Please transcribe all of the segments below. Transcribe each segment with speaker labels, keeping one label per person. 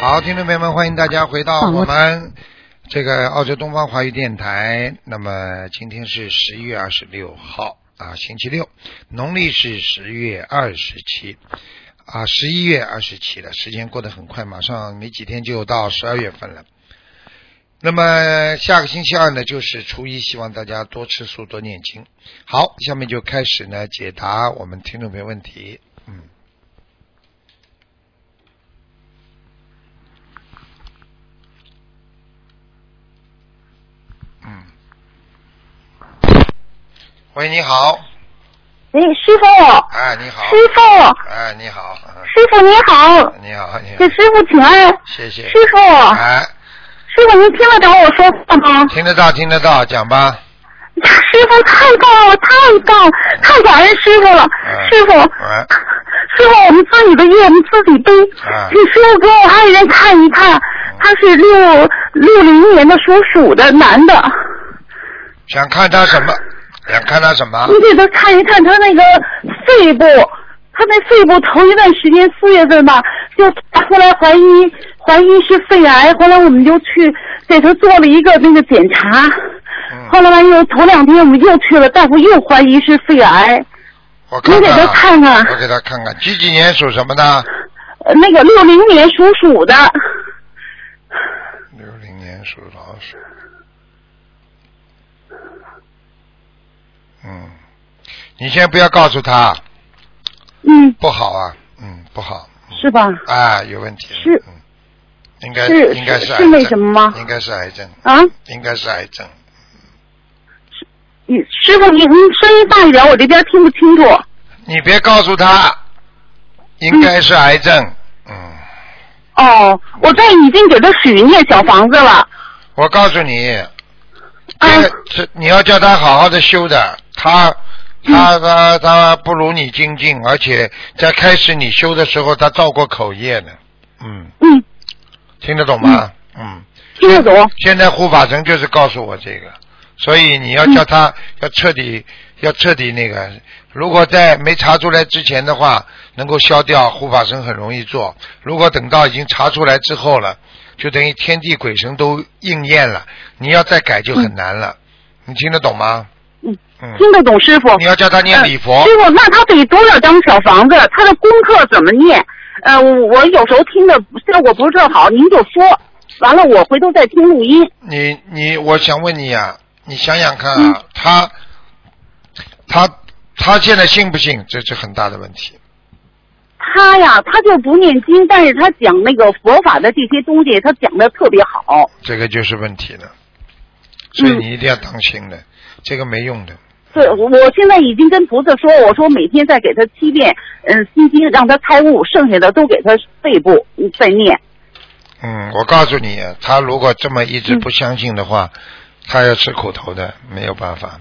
Speaker 1: 好，听众朋友们，欢迎大家回到我们这个澳洲东方华语电台。那么今天是十一月二十六号啊，星期六，农历是十月二十七啊，十一月二十七了。时间过得很快，马上没几天就到十二月份了。那么下个星期二呢，就是初一，希望大家多吃素，多念经。好，下面就开始呢解答我们听众朋友问题。嗯。嗯，喂，你好，
Speaker 2: 哎，师傅，
Speaker 1: 哎，你好，
Speaker 2: 师傅，
Speaker 1: 哎，你好， 嗯
Speaker 2: 师傅你好，
Speaker 1: 你好，你好
Speaker 2: 给，师傅请安。
Speaker 1: 谢谢
Speaker 2: 师，傅，
Speaker 1: 哎，
Speaker 2: 师傅您听得着我说话吗？
Speaker 1: 听得到，听得到，讲吧，
Speaker 2: 师傅太棒了，太棒，太感恩师傅了。
Speaker 1: 嗯
Speaker 2: 师傅，
Speaker 1: 哎，
Speaker 2: 师傅，我们自己的业我们自己背，
Speaker 1: 嗯
Speaker 2: 请师傅给我爱人看一看，他是六六零年的属鼠的男的，
Speaker 1: 想看他什么？想看他什么？
Speaker 2: 你给他看一看他那个肺部，他那肺部头一段时间四月份吧，就后来怀疑怀疑是肺癌，后来我们就去给他做了一个那个检查，后
Speaker 1: 嗯，
Speaker 2: 来完又头两天我们又去了，大夫又怀疑是肺癌，
Speaker 1: 我看
Speaker 2: 你给
Speaker 1: 看
Speaker 2: 他
Speaker 1: 啊，
Speaker 2: 看看
Speaker 1: 我给他看看，几几年属什么的？嗯
Speaker 2: 呃那个六零年属鼠的，
Speaker 1: 六零年属老鼠。嗯，你先不要告诉他，
Speaker 2: 嗯，
Speaker 1: 不好啊，嗯，不好，
Speaker 2: 是吧？
Speaker 1: 啊，有问题了，
Speaker 2: 是
Speaker 1: 嗯，应该
Speaker 2: 是
Speaker 1: 应该
Speaker 2: 是
Speaker 1: 癌
Speaker 2: 是
Speaker 1: 症，
Speaker 2: 那什么吗
Speaker 1: 应该是癌症，
Speaker 2: 啊，
Speaker 1: 应该是癌症。
Speaker 2: 你师傅您您声音大一点，我这边听不清楚。
Speaker 1: 你别告诉他，
Speaker 2: 嗯
Speaker 1: 应该是癌症。嗯，
Speaker 2: 哦，我这已经给他许念小房子了，
Speaker 1: 我告诉你，
Speaker 2: 啊
Speaker 1: 这个这你要叫他好好的修的，他
Speaker 2: 嗯
Speaker 1: 他他他不如你精进，而且在开始你修的时候，他造过口业呢。嗯，
Speaker 2: 嗯，
Speaker 1: 听得懂吗？嗯，
Speaker 2: 听得懂。
Speaker 1: 现在护法神就是告诉我这个，所以你要叫
Speaker 2: 嗯
Speaker 1: 他要彻底要彻底那个，如果在没查出来之前的话，能够消掉护法神很容易做；如果等到已经查出来之后了，就等于天地鬼神都应验了，你要再改就很难了。你听得懂吗？
Speaker 2: 嗯
Speaker 1: 嗯，
Speaker 2: 听得懂师傅。
Speaker 1: 你要叫他念礼佛
Speaker 2: 呃师，傅，那他得多少张小房子？他的功课怎么念？呃，我我有时候听的效果不是特好，您就说。完了，我回头再听录音。
Speaker 1: 你你，我想问你啊，你想想看啊，
Speaker 2: 嗯
Speaker 1: 他他他现在信不信？这是很大的问题。
Speaker 2: 他呀，他就不念经，但是他讲那个佛法的这些东西，他讲的特别好。
Speaker 1: 这个就是问题了，所以你一定要当心的，这个没用的。
Speaker 2: 对，我我现在已经跟菩萨说，我说每天再给他七遍，嗯、心经，让他开悟，剩下的都给他背部再念。
Speaker 1: 嗯，我告诉你，他如果这么一直不相信的话，他要吃苦头的，没有办法。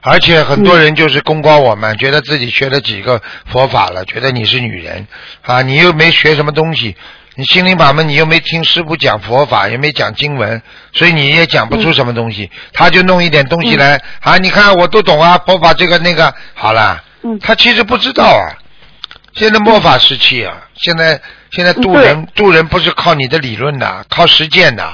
Speaker 1: 而且很多人就是功高我慢，觉得自己学了几个佛法了，觉得你是女人啊，你又没学什么东西，你心灵法门你又没听师傅讲佛法，也没讲经文，所以你也讲不出什么东西。他就弄一点东西来、啊，你看我都懂啊，佛法这个那个，好了，
Speaker 2: 嗯
Speaker 1: 他其实不知道啊。现在末法时期啊，现在现在渡人
Speaker 2: 嗯
Speaker 1: 渡人不是靠你的理论的，靠实践的，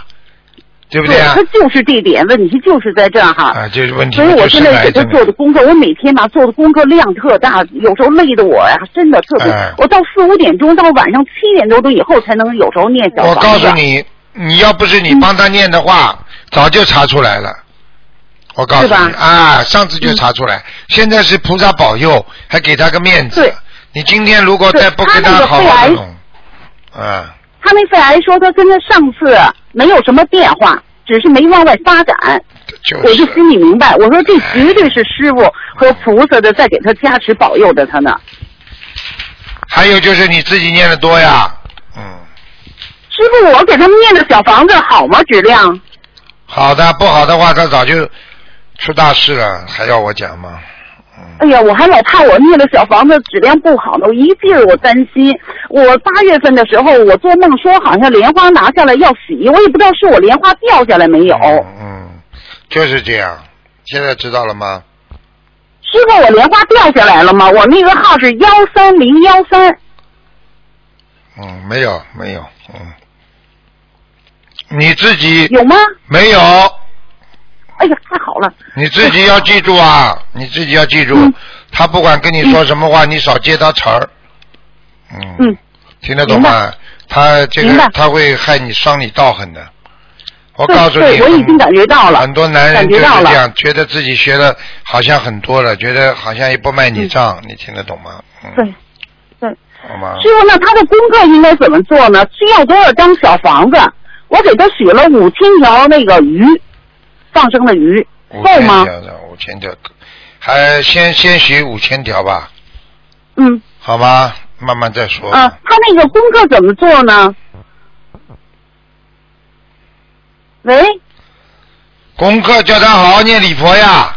Speaker 1: 对不啊
Speaker 2: 他？就是这点问题，就是在这儿哈。
Speaker 1: 啊，这是问题
Speaker 2: 所以我
Speaker 1: 就是
Speaker 2: 现在
Speaker 1: 癌
Speaker 2: 给他
Speaker 1: 症。
Speaker 2: 做的功课，我每天吧做的功课量特大，有时候累得我呀，真的特别。
Speaker 1: 哎
Speaker 2: 我到四五点钟，到晚上七点多钟以后才能有时候念小
Speaker 1: 我
Speaker 2: 房子。
Speaker 1: 告诉，你，你要不是
Speaker 2: 嗯
Speaker 1: 你帮他念的话，早就查出来了。我告诉
Speaker 2: 是吧嗯
Speaker 1: 你啊，上次就查出来，现在是菩萨保佑，还给他个面子
Speaker 2: 对。
Speaker 1: 你今天如果再不
Speaker 2: 对
Speaker 1: 给
Speaker 2: 他那个
Speaker 1: 好
Speaker 2: 肺
Speaker 1: 好
Speaker 2: 癌
Speaker 1: 的弄，啊。
Speaker 2: 他那肺癌说他跟他上次没有什么变化，只是没往外发展。
Speaker 1: 就
Speaker 2: 我
Speaker 1: 是
Speaker 2: 就心里明白，我说这绝对是师傅和菩萨的在给他加持保佑着他呢。
Speaker 1: 还有就是你自己念的多呀，嗯，
Speaker 2: 师傅，我给他们念的小房子好吗？质量？
Speaker 1: 好的不好的话，他早就出大事了，还要我讲吗？
Speaker 2: 哎呀，我还老怕我念的小房子质量不好呢，我一劲儿我担心。我八月份的时候，我做梦说好像莲花拿下来要洗，我也不知道是我莲花掉下来没有。
Speaker 1: 嗯，嗯就是这样，现在知道了吗？
Speaker 2: 师傅，我莲花掉下来了吗？我那个号是幺三零幺三，
Speaker 1: 嗯，没有没有，嗯，你自己
Speaker 2: 有吗？
Speaker 1: 没有？
Speaker 2: 哎呀，太好了！
Speaker 1: 你自己要记住啊，你自己要记住，
Speaker 2: 嗯
Speaker 1: 他不管跟你说什么话，你少接他词儿。嗯。
Speaker 2: 嗯，
Speaker 1: 听得懂吗？他这
Speaker 2: 明
Speaker 1: 个
Speaker 2: 白
Speaker 1: 他会害你伤你道行的。我
Speaker 2: 对
Speaker 1: 告诉你，
Speaker 2: 对，我已经感觉到了
Speaker 1: 很。多男人
Speaker 2: 感
Speaker 1: 就
Speaker 2: 觉
Speaker 1: 是
Speaker 2: 到
Speaker 1: 这
Speaker 2: 了
Speaker 1: 样，觉得自己学的好像很多了，觉得好像也不卖你账，你听得懂吗？嗯，
Speaker 2: 对，
Speaker 1: 好吗？
Speaker 2: 师傅，那他的功课应该怎么做呢？需要多少张小房子？我给他许了五千条那个鱼，放生的鱼
Speaker 1: 五
Speaker 2: 够
Speaker 1: 千条
Speaker 2: 吗？
Speaker 1: 的，五千条，还先先许五千条吧，
Speaker 2: 嗯
Speaker 1: 好吗？慢慢再说。
Speaker 2: 啊，他那个功课怎么做呢？喂，
Speaker 1: 功课叫他好好念礼佛呀。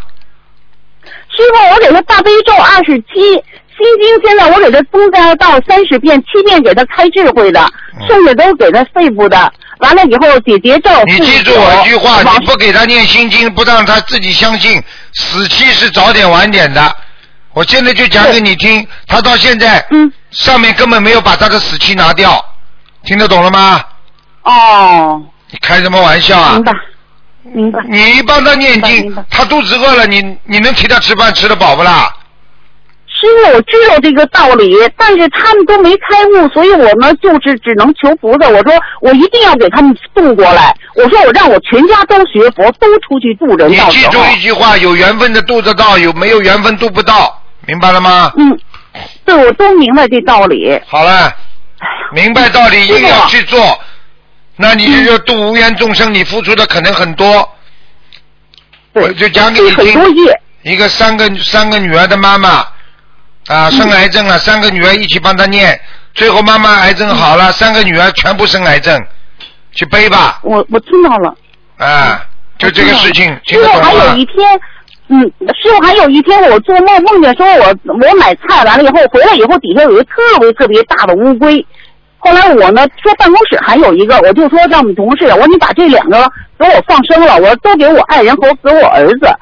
Speaker 2: 师傅，我给他大悲咒二十七，心经现在我给他增加到三十遍，七遍给他开智慧的，
Speaker 1: 嗯
Speaker 2: 剩下都给他肺部的。完了以后解结咒49，
Speaker 1: 你记住我一句话，
Speaker 2: 往
Speaker 1: 你不给他念心经，不让他自己相信，死期是早点晚点的。我现在就讲给你听，他到现在
Speaker 2: 嗯
Speaker 1: 上面根本没有把他的死期拿掉，听得懂了吗？
Speaker 2: 哦，
Speaker 1: 你开什么玩笑啊
Speaker 2: 明？白明白。
Speaker 1: 你帮他念
Speaker 2: 明
Speaker 1: 经
Speaker 2: 白，
Speaker 1: 他肚子饿了，你你能替他吃饭吃得饱不啦？
Speaker 2: 师傅，我知道这个道理，但是他们都没开悟，所以我们就是只能求菩萨。我说我一定要给他们渡过来。我说我让我全家都学佛，都出去渡人。
Speaker 1: 你
Speaker 2: 到
Speaker 1: 记
Speaker 2: 时候
Speaker 1: 住，一句话：有缘分的渡得到，有没有缘分渡不到，明白了吗？
Speaker 2: 嗯，对，我都明白这道理。哎
Speaker 1: 好了，明白道理硬要去做，那你就要渡无缘众生，你付出的可能很多。我
Speaker 2: 对，
Speaker 1: 就讲给你
Speaker 2: 很多
Speaker 1: 听，
Speaker 2: 业，
Speaker 1: 一个三个三个女儿的妈妈，
Speaker 2: 嗯
Speaker 1: 啊，生癌症了，三个女儿一起帮她念，最后妈妈癌症好
Speaker 2: 嗯
Speaker 1: 了，三个女儿全部生癌症，去背吧，
Speaker 2: 我我听到了。
Speaker 1: 啊，就这个啊事情，听
Speaker 2: 师
Speaker 1: 得
Speaker 2: 傅
Speaker 1: 懂
Speaker 2: 嗯啊还有
Speaker 1: 吗
Speaker 2: 一？天，嗯，师傅还有一天我做梦梦见说我我买菜完了以后回来以后底下有一个特别特别大的乌龟，后来我呢说办公室还有一个，我就说让我们同事，我说你把这两个给我放生了，我说都给我爱人和给我儿子，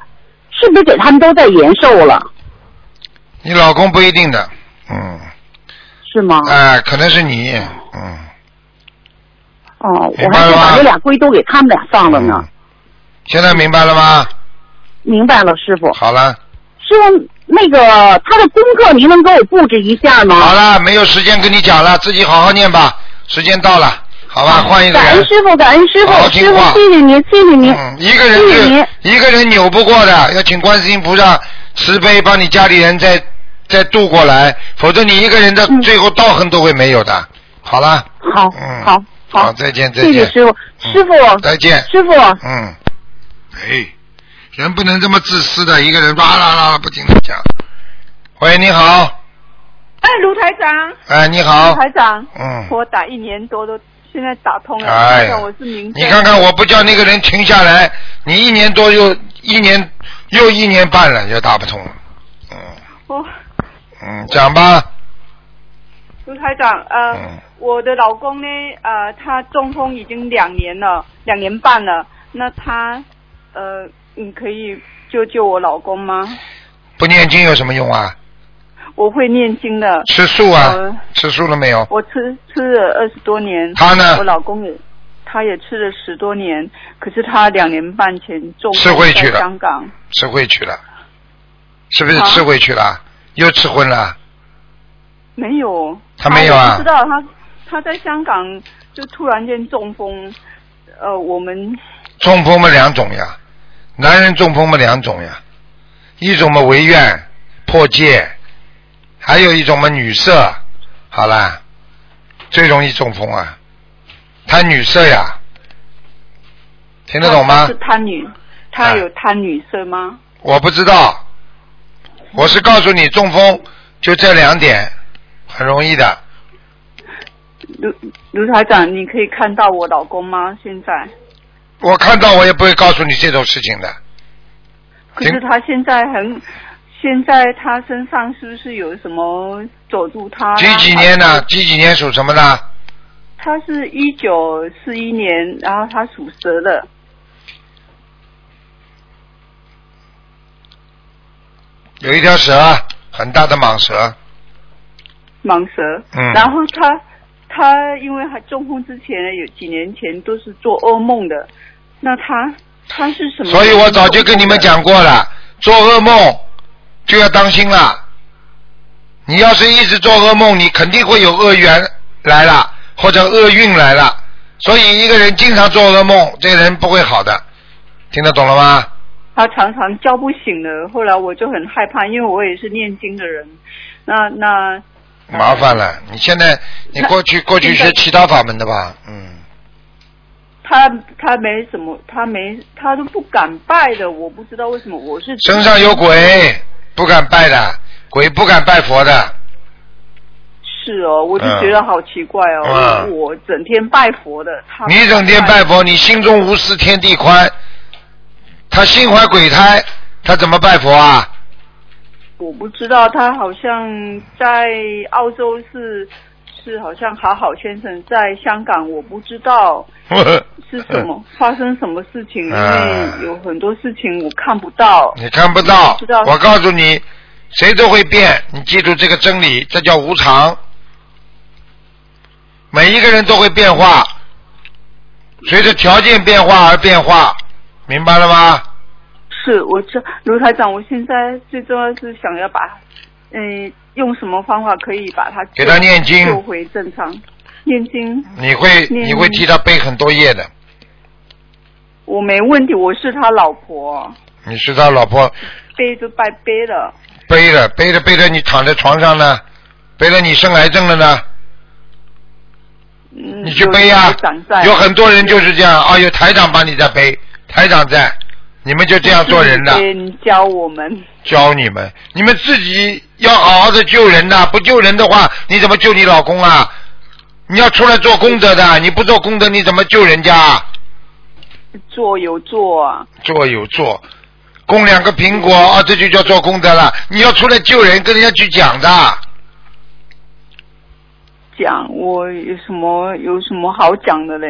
Speaker 2: 是不是给他们都在延寿了？
Speaker 1: 你老公不一定的，嗯，
Speaker 2: 是吗？
Speaker 1: 哎、可能是你，嗯，
Speaker 2: 哦，
Speaker 1: 明白
Speaker 2: 我还
Speaker 1: 了
Speaker 2: 就
Speaker 1: 吗
Speaker 2: 把这俩龟都给他们俩放了呢。
Speaker 1: 嗯现在明白了吗？
Speaker 2: 明白了，师傅。
Speaker 1: 好了，
Speaker 2: 师傅，那个他的功课您能给我布置一下吗？
Speaker 1: 好了，没有时间跟你讲了，自己好好念吧，时间到了，好吧，换一个
Speaker 2: 嗯感恩
Speaker 1: 人。
Speaker 2: 师傅，感恩师
Speaker 1: 好好
Speaker 2: 傅，
Speaker 1: 听
Speaker 2: 师傅
Speaker 1: 话
Speaker 2: 谢谢您，谢谢您。
Speaker 1: 嗯，一个人
Speaker 2: 谢谢
Speaker 1: 是
Speaker 2: 您
Speaker 1: 一个人扭不过的，要请观世音菩萨慈悲，帮你家里人再再渡过来，否则你一个人的
Speaker 2: 嗯
Speaker 1: 最后道行都会没有的。好了，
Speaker 2: 好
Speaker 1: 嗯，
Speaker 2: 好，
Speaker 1: 好，再见，再
Speaker 2: 谢谢
Speaker 1: 见，
Speaker 2: 师傅，
Speaker 1: 嗯
Speaker 2: 师傅，
Speaker 1: 再见。
Speaker 2: 师傅，
Speaker 1: 嗯，哎，人不能这么自私的，一个人哇啦啦啦不停的讲。喂，你好，
Speaker 3: 哎，卢台长，
Speaker 1: 哎，你
Speaker 3: 卢
Speaker 1: 好，
Speaker 3: 台长，
Speaker 1: 嗯，
Speaker 3: 我打一年多都现在打通了，
Speaker 1: 哎呀
Speaker 3: 台长我是民
Speaker 1: 你看看，我不叫那个人停下来，你一年多又一年又一年半了，又打不通了。嗯
Speaker 3: 我
Speaker 1: 嗯，讲吧，
Speaker 3: 卢台长，呃，
Speaker 1: 嗯
Speaker 3: 我的老公呢，呃，他中风已经两年了，两年半了，那他，呃，你可以救救我老公吗？
Speaker 1: 不念经有什么用啊？
Speaker 3: 我会念经的，
Speaker 1: 吃素啊
Speaker 3: 呃？
Speaker 1: 吃素了没有？
Speaker 3: 我吃吃了二十多年，
Speaker 1: 他呢
Speaker 3: 我？老公也。他也吃了十多年，可是他两年半前中
Speaker 1: 吃回去
Speaker 3: 风在
Speaker 1: 了
Speaker 3: 香港，
Speaker 1: 吃回去了，是不是
Speaker 3: 啊
Speaker 1: 吃回去了？又吃荤了？
Speaker 3: 没有，
Speaker 1: 他没有啊
Speaker 3: 我不知道他他在香港就突然间中风，呃，我们
Speaker 1: 中风嘛两种呀，男人中风嘛两种呀，一种嘛违愿破戒，还有一种嘛女色，好啦，最容易中风啊，他女色呀，听得懂
Speaker 3: 他
Speaker 1: 吗
Speaker 3: 是？贪女，
Speaker 1: 啊
Speaker 3: 他有贪女色吗？
Speaker 1: 哦我不知道，我是告诉你中风就这两点，很容易的，
Speaker 3: 卢卢台长，你可以看到我老公吗？现在，
Speaker 1: 我看到我也不会告诉你这种事情的。
Speaker 3: 可是他现在很，现在他身上是不是有什么佐助他啦？
Speaker 1: 几几年啊的？几几年属什么的？
Speaker 3: 他是一九四一年，然后他属蛇的，
Speaker 1: 有一条蛇，很大的蟒蛇。
Speaker 3: 蟒蛇。
Speaker 1: 嗯
Speaker 3: 然后他他因为他中风之前呢，有几年前都是做噩梦的。那他他是什 么？
Speaker 1: 所以我早就跟你们。讲过了，做噩梦就要当心了。你要是一直做噩梦，你肯定会有恶缘来了，或者厄运来了。所以一个人经常做噩梦，这个人不会好的，听得懂了吗？
Speaker 3: 他常常叫不醒的，后来我就很害怕，因为我也是念经的人。那那
Speaker 1: 麻烦了，你现在你过去过去学其他法门的吧？嗯，
Speaker 3: 他他没怎么，他没他都不敢拜的，我不知道为什么。我是
Speaker 1: 身上有鬼，不敢拜的，鬼不敢拜佛的。
Speaker 3: 是哦，我就觉得好奇怪哦，
Speaker 1: 嗯
Speaker 3: 我我整天拜佛的，他
Speaker 1: 你整天拜佛，你心中无私天地宽。他心怀鬼胎，他怎么拜佛啊？
Speaker 3: 我不知道他好像在澳洲是是好像好好先生在香港，我不知道 是什么发生什么事情，因
Speaker 1: 啊
Speaker 3: 为有很多事情我看不到。
Speaker 1: 你看不到
Speaker 3: 知道，
Speaker 1: 我告诉你，谁都会变，你记住这个真理，这叫无常。每一个人都会变化，随着条件变化而变化，明白了吗？
Speaker 3: 是，我知卢台长，我现在最重要是想要把，嗯、用什么方法可以把他
Speaker 1: 给他念经
Speaker 3: 救回正常？念经
Speaker 1: 你会
Speaker 3: 嗯
Speaker 1: 你会替他背很多业的，
Speaker 3: 我没问题，我是他老婆，
Speaker 1: 你是他老婆
Speaker 3: 背着拜背了。
Speaker 1: 背了背着背着你躺在床上呢，背了你生癌症了呢，
Speaker 3: 嗯，
Speaker 1: 你去背呀、有很多人就是这样，哎呦台长帮你在背，台长在，你们就这样做人的。
Speaker 3: 的。你教我们，
Speaker 1: 教你们，你们自己要好好的救人呐、不救人的话，你怎么救你老公啊？你要出来做功德的，你不做功德，你怎么救人家啊？
Speaker 3: 做有做啊，
Speaker 1: 做有做，供两个苹果啊，这就叫做功德了。你要出来救人，跟人家去讲的。
Speaker 3: 讲我有什么有什么好讲的嘞？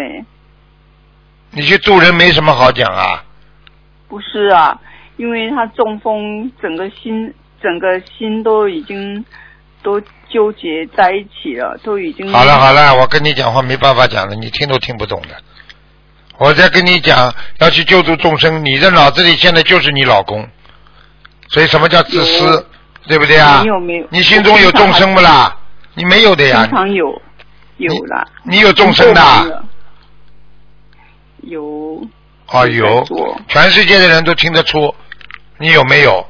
Speaker 1: 你去度人没什么好讲啊，
Speaker 3: 不是啊，因为他中风，整个心整个心都已经都纠结在一起了，都已经
Speaker 1: 好了好了，我跟你讲话没办法讲了，你听都听不懂的。我在跟你讲要去救助众生，你的脑子里现在就是你老公，所以什么叫自私
Speaker 3: 有，
Speaker 1: 对不对啊？
Speaker 3: 你有没有？
Speaker 1: 你心中有众生不啦？你没有的
Speaker 3: 我
Speaker 1: 呀
Speaker 3: 经常还？经常有有啦，
Speaker 1: 你有众生的啊？
Speaker 3: 做完了有
Speaker 1: 哦，
Speaker 3: 有
Speaker 1: 有
Speaker 3: 在做，
Speaker 1: 全世界的人都听得出，你有没有？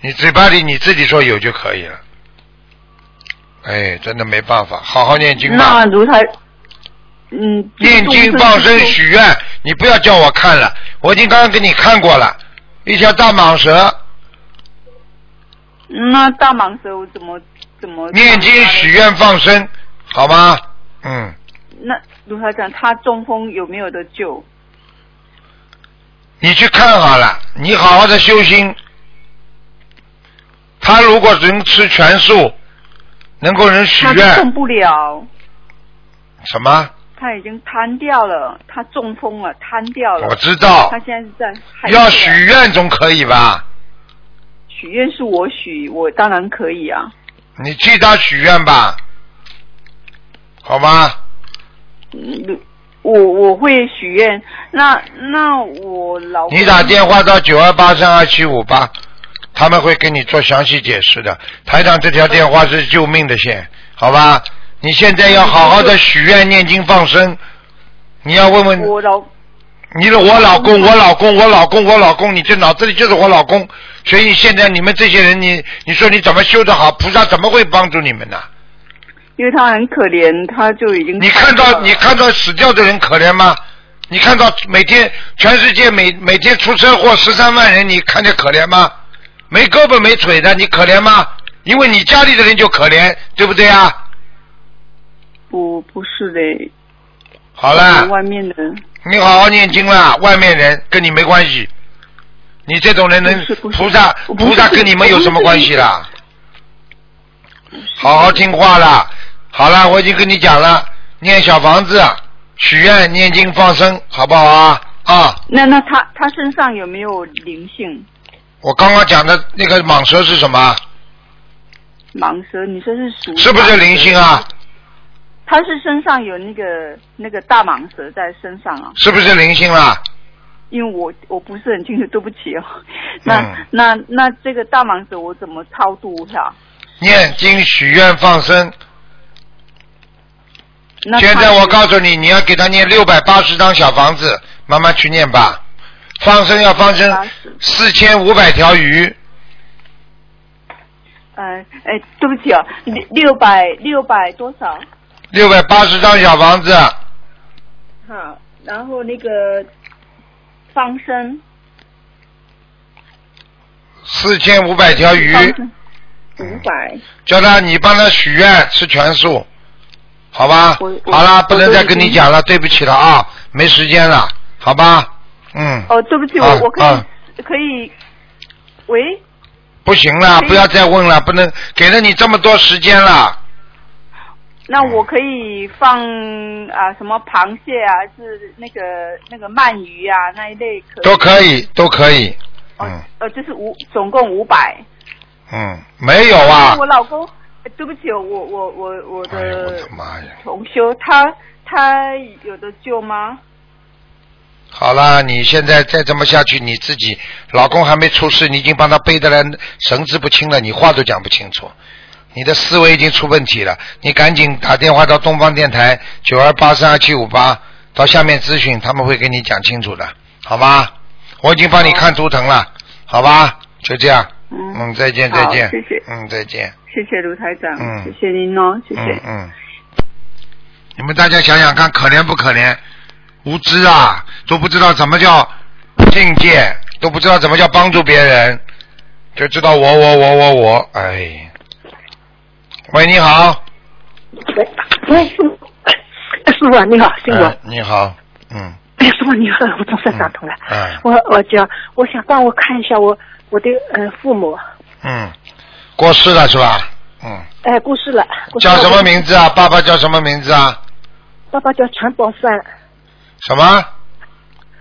Speaker 1: 你嘴巴里你自己说有就可以了。哎，真的没办法，好好念经吧
Speaker 3: 那，如台，嗯，
Speaker 1: 念经
Speaker 3: 众
Speaker 1: 放生
Speaker 3: 之中
Speaker 1: 许愿，你不要叫我看了，我已经刚刚给你看过了，一条大蟒蛇，
Speaker 3: 那大蟒蛇我怎么怎么
Speaker 1: 念经许愿放生，好吗？嗯，
Speaker 3: 那卢台长，他中风有没有得救？
Speaker 1: 你去看好了，你好好的修心。他如果能吃全素，能够人许
Speaker 3: 他动
Speaker 1: 愿，
Speaker 3: 不了，
Speaker 1: 什么？
Speaker 3: 他已经瘫掉了，他中风了，瘫掉了
Speaker 1: 我。知道
Speaker 3: 他，现在是在害死啊
Speaker 1: 要许愿总可以吧？
Speaker 3: 许愿是我许，我当然可以啊。
Speaker 1: 你替他许愿吧，好吗？
Speaker 3: 嗯，我我会许愿。那那我老公
Speaker 1: 你打电话到九二八三二七五八，他们会给你做详细解释的。台长这条电话是救命的线，好吧？你现在要好好的许愿、念经、放生。你要问问
Speaker 3: 我老
Speaker 1: 你的我老公，我老公，我老公，我老公，你这脑子里就是我老公，所以现在你们这些人，你你说你怎么修得好？菩萨怎么会帮助你们呢？
Speaker 3: 因为他很可怜，他就已经
Speaker 1: 你看
Speaker 3: 瘫掉
Speaker 1: 到
Speaker 3: 了
Speaker 1: 你看到死掉的人可怜吗？你看到每天全世界每每天出车祸十三万人，你看见可怜吗？没胳膊没腿的，你可怜吗？因为你家里的人就可怜，对不对啊？
Speaker 3: 不不是的，
Speaker 1: 好了，
Speaker 3: 外面的
Speaker 1: 你好好念经啦，外面人跟你没关系。你这种人能
Speaker 3: 不是不是
Speaker 1: 菩萨
Speaker 3: 我不是
Speaker 1: 菩萨跟你们有什么关系啦？好好听话啦。好啦，我已经跟你讲了，念小房子，许愿、念经、放生，好不好啊？啊，
Speaker 3: 那那他他身上有没有灵性？
Speaker 1: 我刚刚讲的那个蟒蛇是什么？
Speaker 3: 蟒蛇，你说是属
Speaker 1: 是不是灵性啊？
Speaker 3: 他是身上有那个那个大蟒蛇在身上啊，
Speaker 1: 是不是灵性啦？
Speaker 3: 因为我我不是很清楚，对不起哦。 那、
Speaker 1: 嗯
Speaker 3: 那那这个大蟒蛇我怎么超度它？
Speaker 1: 念经许愿放生，
Speaker 3: 那
Speaker 1: 现
Speaker 3: 它
Speaker 1: 在我
Speaker 3: 是
Speaker 1: 告诉你，你要给他念六百八十张小房子，慢慢去念吧。放生要放生
Speaker 3: 80
Speaker 1: 四千五百条鱼，
Speaker 3: 呃哎，对不起哦，六六百六百多少？
Speaker 1: 六百八十张小房子，
Speaker 3: 哈，然后那个放生，
Speaker 1: 四千五百条鱼
Speaker 3: 放，生五百，
Speaker 1: 叫他你帮他许愿吃全素，好吧
Speaker 3: 我？我
Speaker 1: 好啦，
Speaker 3: 我
Speaker 1: 不能
Speaker 3: 都
Speaker 1: 再
Speaker 3: 已
Speaker 1: 跟你
Speaker 3: 经
Speaker 1: 讲了，对不起了啊，没时间了，好吧？嗯，
Speaker 3: 哦，对不起，我、
Speaker 1: 啊
Speaker 3: 我可以、
Speaker 1: 啊
Speaker 3: 可以，喂，
Speaker 1: 不行了，
Speaker 3: 可以
Speaker 1: 不要再问了，不能给了你这么多时间了。
Speaker 3: 那
Speaker 1: 嗯
Speaker 3: 我可以放啊什么螃蟹啊，还是那个那个鳗鱼啊那一类可以
Speaker 1: 都可以，都可以。
Speaker 3: 哦
Speaker 1: 嗯
Speaker 3: 呃，就是五总共五百。
Speaker 1: 嗯，没有啊
Speaker 3: 因为我。老公，呃对不起，我我我我
Speaker 1: 哎呦，我的
Speaker 3: 的
Speaker 1: 妈呀！
Speaker 3: 同修，他他有的救吗？
Speaker 1: 好啦，你现在再这么下去，你自己老公还没出世，你已经帮他背的来神志不清了，你话都讲不清楚，你的思维已经出问题了。你赶紧打电话到东方电台九二八三二七五八到下面咨询，他们会给你讲清楚的，好吧？我已经帮你看图腾了，好吧？就这样，
Speaker 3: 嗯
Speaker 1: 嗯，再见，
Speaker 3: 好
Speaker 1: 再见，
Speaker 3: 谢谢
Speaker 1: 嗯，再见。
Speaker 3: 谢谢卢台长，
Speaker 1: 嗯
Speaker 3: 谢谢您哦，谢谢。
Speaker 1: 嗯嗯，你们大家想想看，可怜不可怜？无知啊，都不知道怎么叫境界，都不知道怎么叫帮助别人，就知道我我我我我，哎。喂，你好，
Speaker 4: 喂，喂，师傅，哎师傅啊你好，是我。
Speaker 1: 哎你好，嗯，
Speaker 4: 哎，师傅你好，我总算打通了。
Speaker 1: 嗯
Speaker 4: 我我讲，我想帮我看一下我我的呃父母，
Speaker 1: 嗯，过世了是吧？嗯，
Speaker 4: 哎，过世了。过世
Speaker 1: 叫
Speaker 4: 了
Speaker 1: 什么？名字啊？爸爸叫什么名字啊？
Speaker 4: 爸爸叫陈宝山，
Speaker 1: 什么？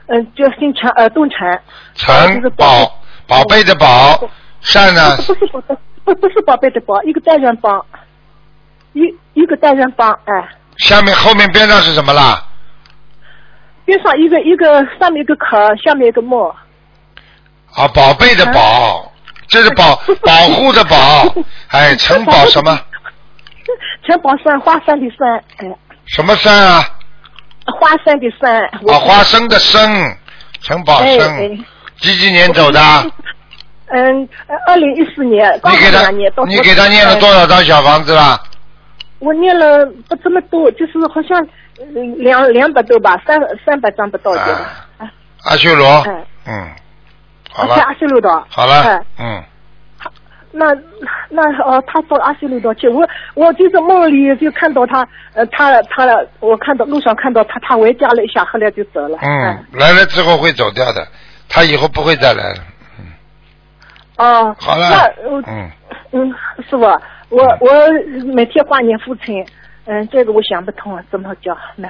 Speaker 4: 嗯、叫姓陈，呃，东陈。
Speaker 1: 陈宝，宝贝的宝，善呢？
Speaker 4: 不是不是不不是宝贝的宝，一个单人帮，一一个单人帮，哎，
Speaker 1: 下面后面边上是什么啦？
Speaker 4: 边上一个一个上面一个壳，下面一个木，
Speaker 1: 啊，宝贝的
Speaker 4: 嗯
Speaker 1: 宝，这是 保保护的保，哎，城堡什么
Speaker 4: 陈宝山花山的山，哎，
Speaker 1: 什么山啊？
Speaker 4: 花山的山。
Speaker 1: 啊，花生的生，城堡
Speaker 4: 哎哎
Speaker 1: 生，几几年走的？
Speaker 4: 嗯，二零一四年，刚
Speaker 1: 你给他
Speaker 4: 两年到，
Speaker 1: 你给他念了多
Speaker 4: 呃
Speaker 1: 少张小房子啦？
Speaker 4: 我念了不这么多，就是好像呃两两百多吧，三三百张不到的。
Speaker 1: 啊阿修罗
Speaker 4: 哎，
Speaker 1: 嗯，好
Speaker 4: 在
Speaker 1: 了
Speaker 4: 阿，修罗道。
Speaker 1: 好
Speaker 4: 哎
Speaker 1: 了，嗯，
Speaker 4: 那那哦，他到阿修罗道去，我我就是梦里就看到他，呃，他他我看到路上看到他，他回家了一下，后来就走了。哎
Speaker 1: 嗯，来了之后会走掉的，他以后不会再来了。
Speaker 4: 哦，
Speaker 1: 好
Speaker 4: 那
Speaker 1: 了
Speaker 4: 呃，
Speaker 1: 嗯，
Speaker 4: 嗯，师傅，我我每天挂念父亲，嗯，这个我想不通啊，怎么叫那，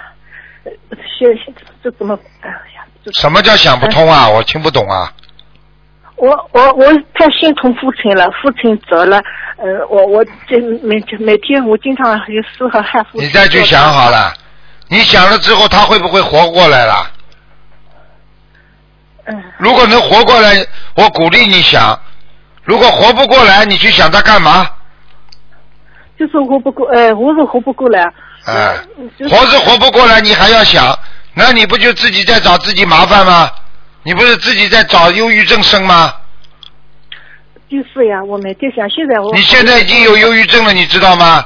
Speaker 4: 呃现现这怎么哎呀，这
Speaker 1: 什么叫想不通啊？
Speaker 4: 嗯
Speaker 1: 我听不懂啊。
Speaker 4: 我我我太心疼父亲了，父亲走了，呃，我我这每每天我经常有时候害父亲。
Speaker 1: 你再去想好。了，你想了之后他会不会活过来了？
Speaker 4: 嗯，
Speaker 1: 如果能活过来，我鼓励你想；如果活不过来，你去想他干嘛？
Speaker 4: 就是活不过，呃，我是活不过来。
Speaker 1: 哎、
Speaker 4: 嗯就是
Speaker 1: 活是活不过来，你还要想，那你不就自己在找自己麻烦吗？你不是自己在找忧郁症生吗？
Speaker 4: 就是呀，我每天想，现在我
Speaker 1: 你现在已经有忧郁症了，你知道吗？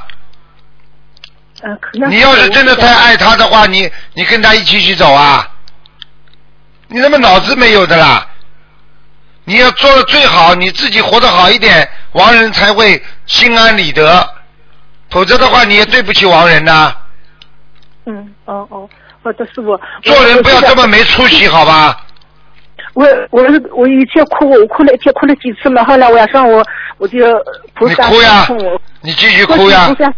Speaker 4: 嗯、可能
Speaker 1: 你要是真的太爱他的话，你你跟他一起去走啊？你他妈脑子没有的啦！你要做的最好，你自己活得好一点，亡人才会心安理得，否则的话你也对不起亡人呐、
Speaker 4: 嗯哦哦，好的师傅，
Speaker 1: 做人不要这么
Speaker 4: 没。
Speaker 1: 没出息，好吧？
Speaker 4: 我我我以前哭，我哭了一天，哭了几次嘛。后来晚上我我就菩
Speaker 1: 你
Speaker 4: 萨
Speaker 1: 哭呀
Speaker 4: 心痛我，
Speaker 1: 你继续哭呀
Speaker 4: 菩！萨，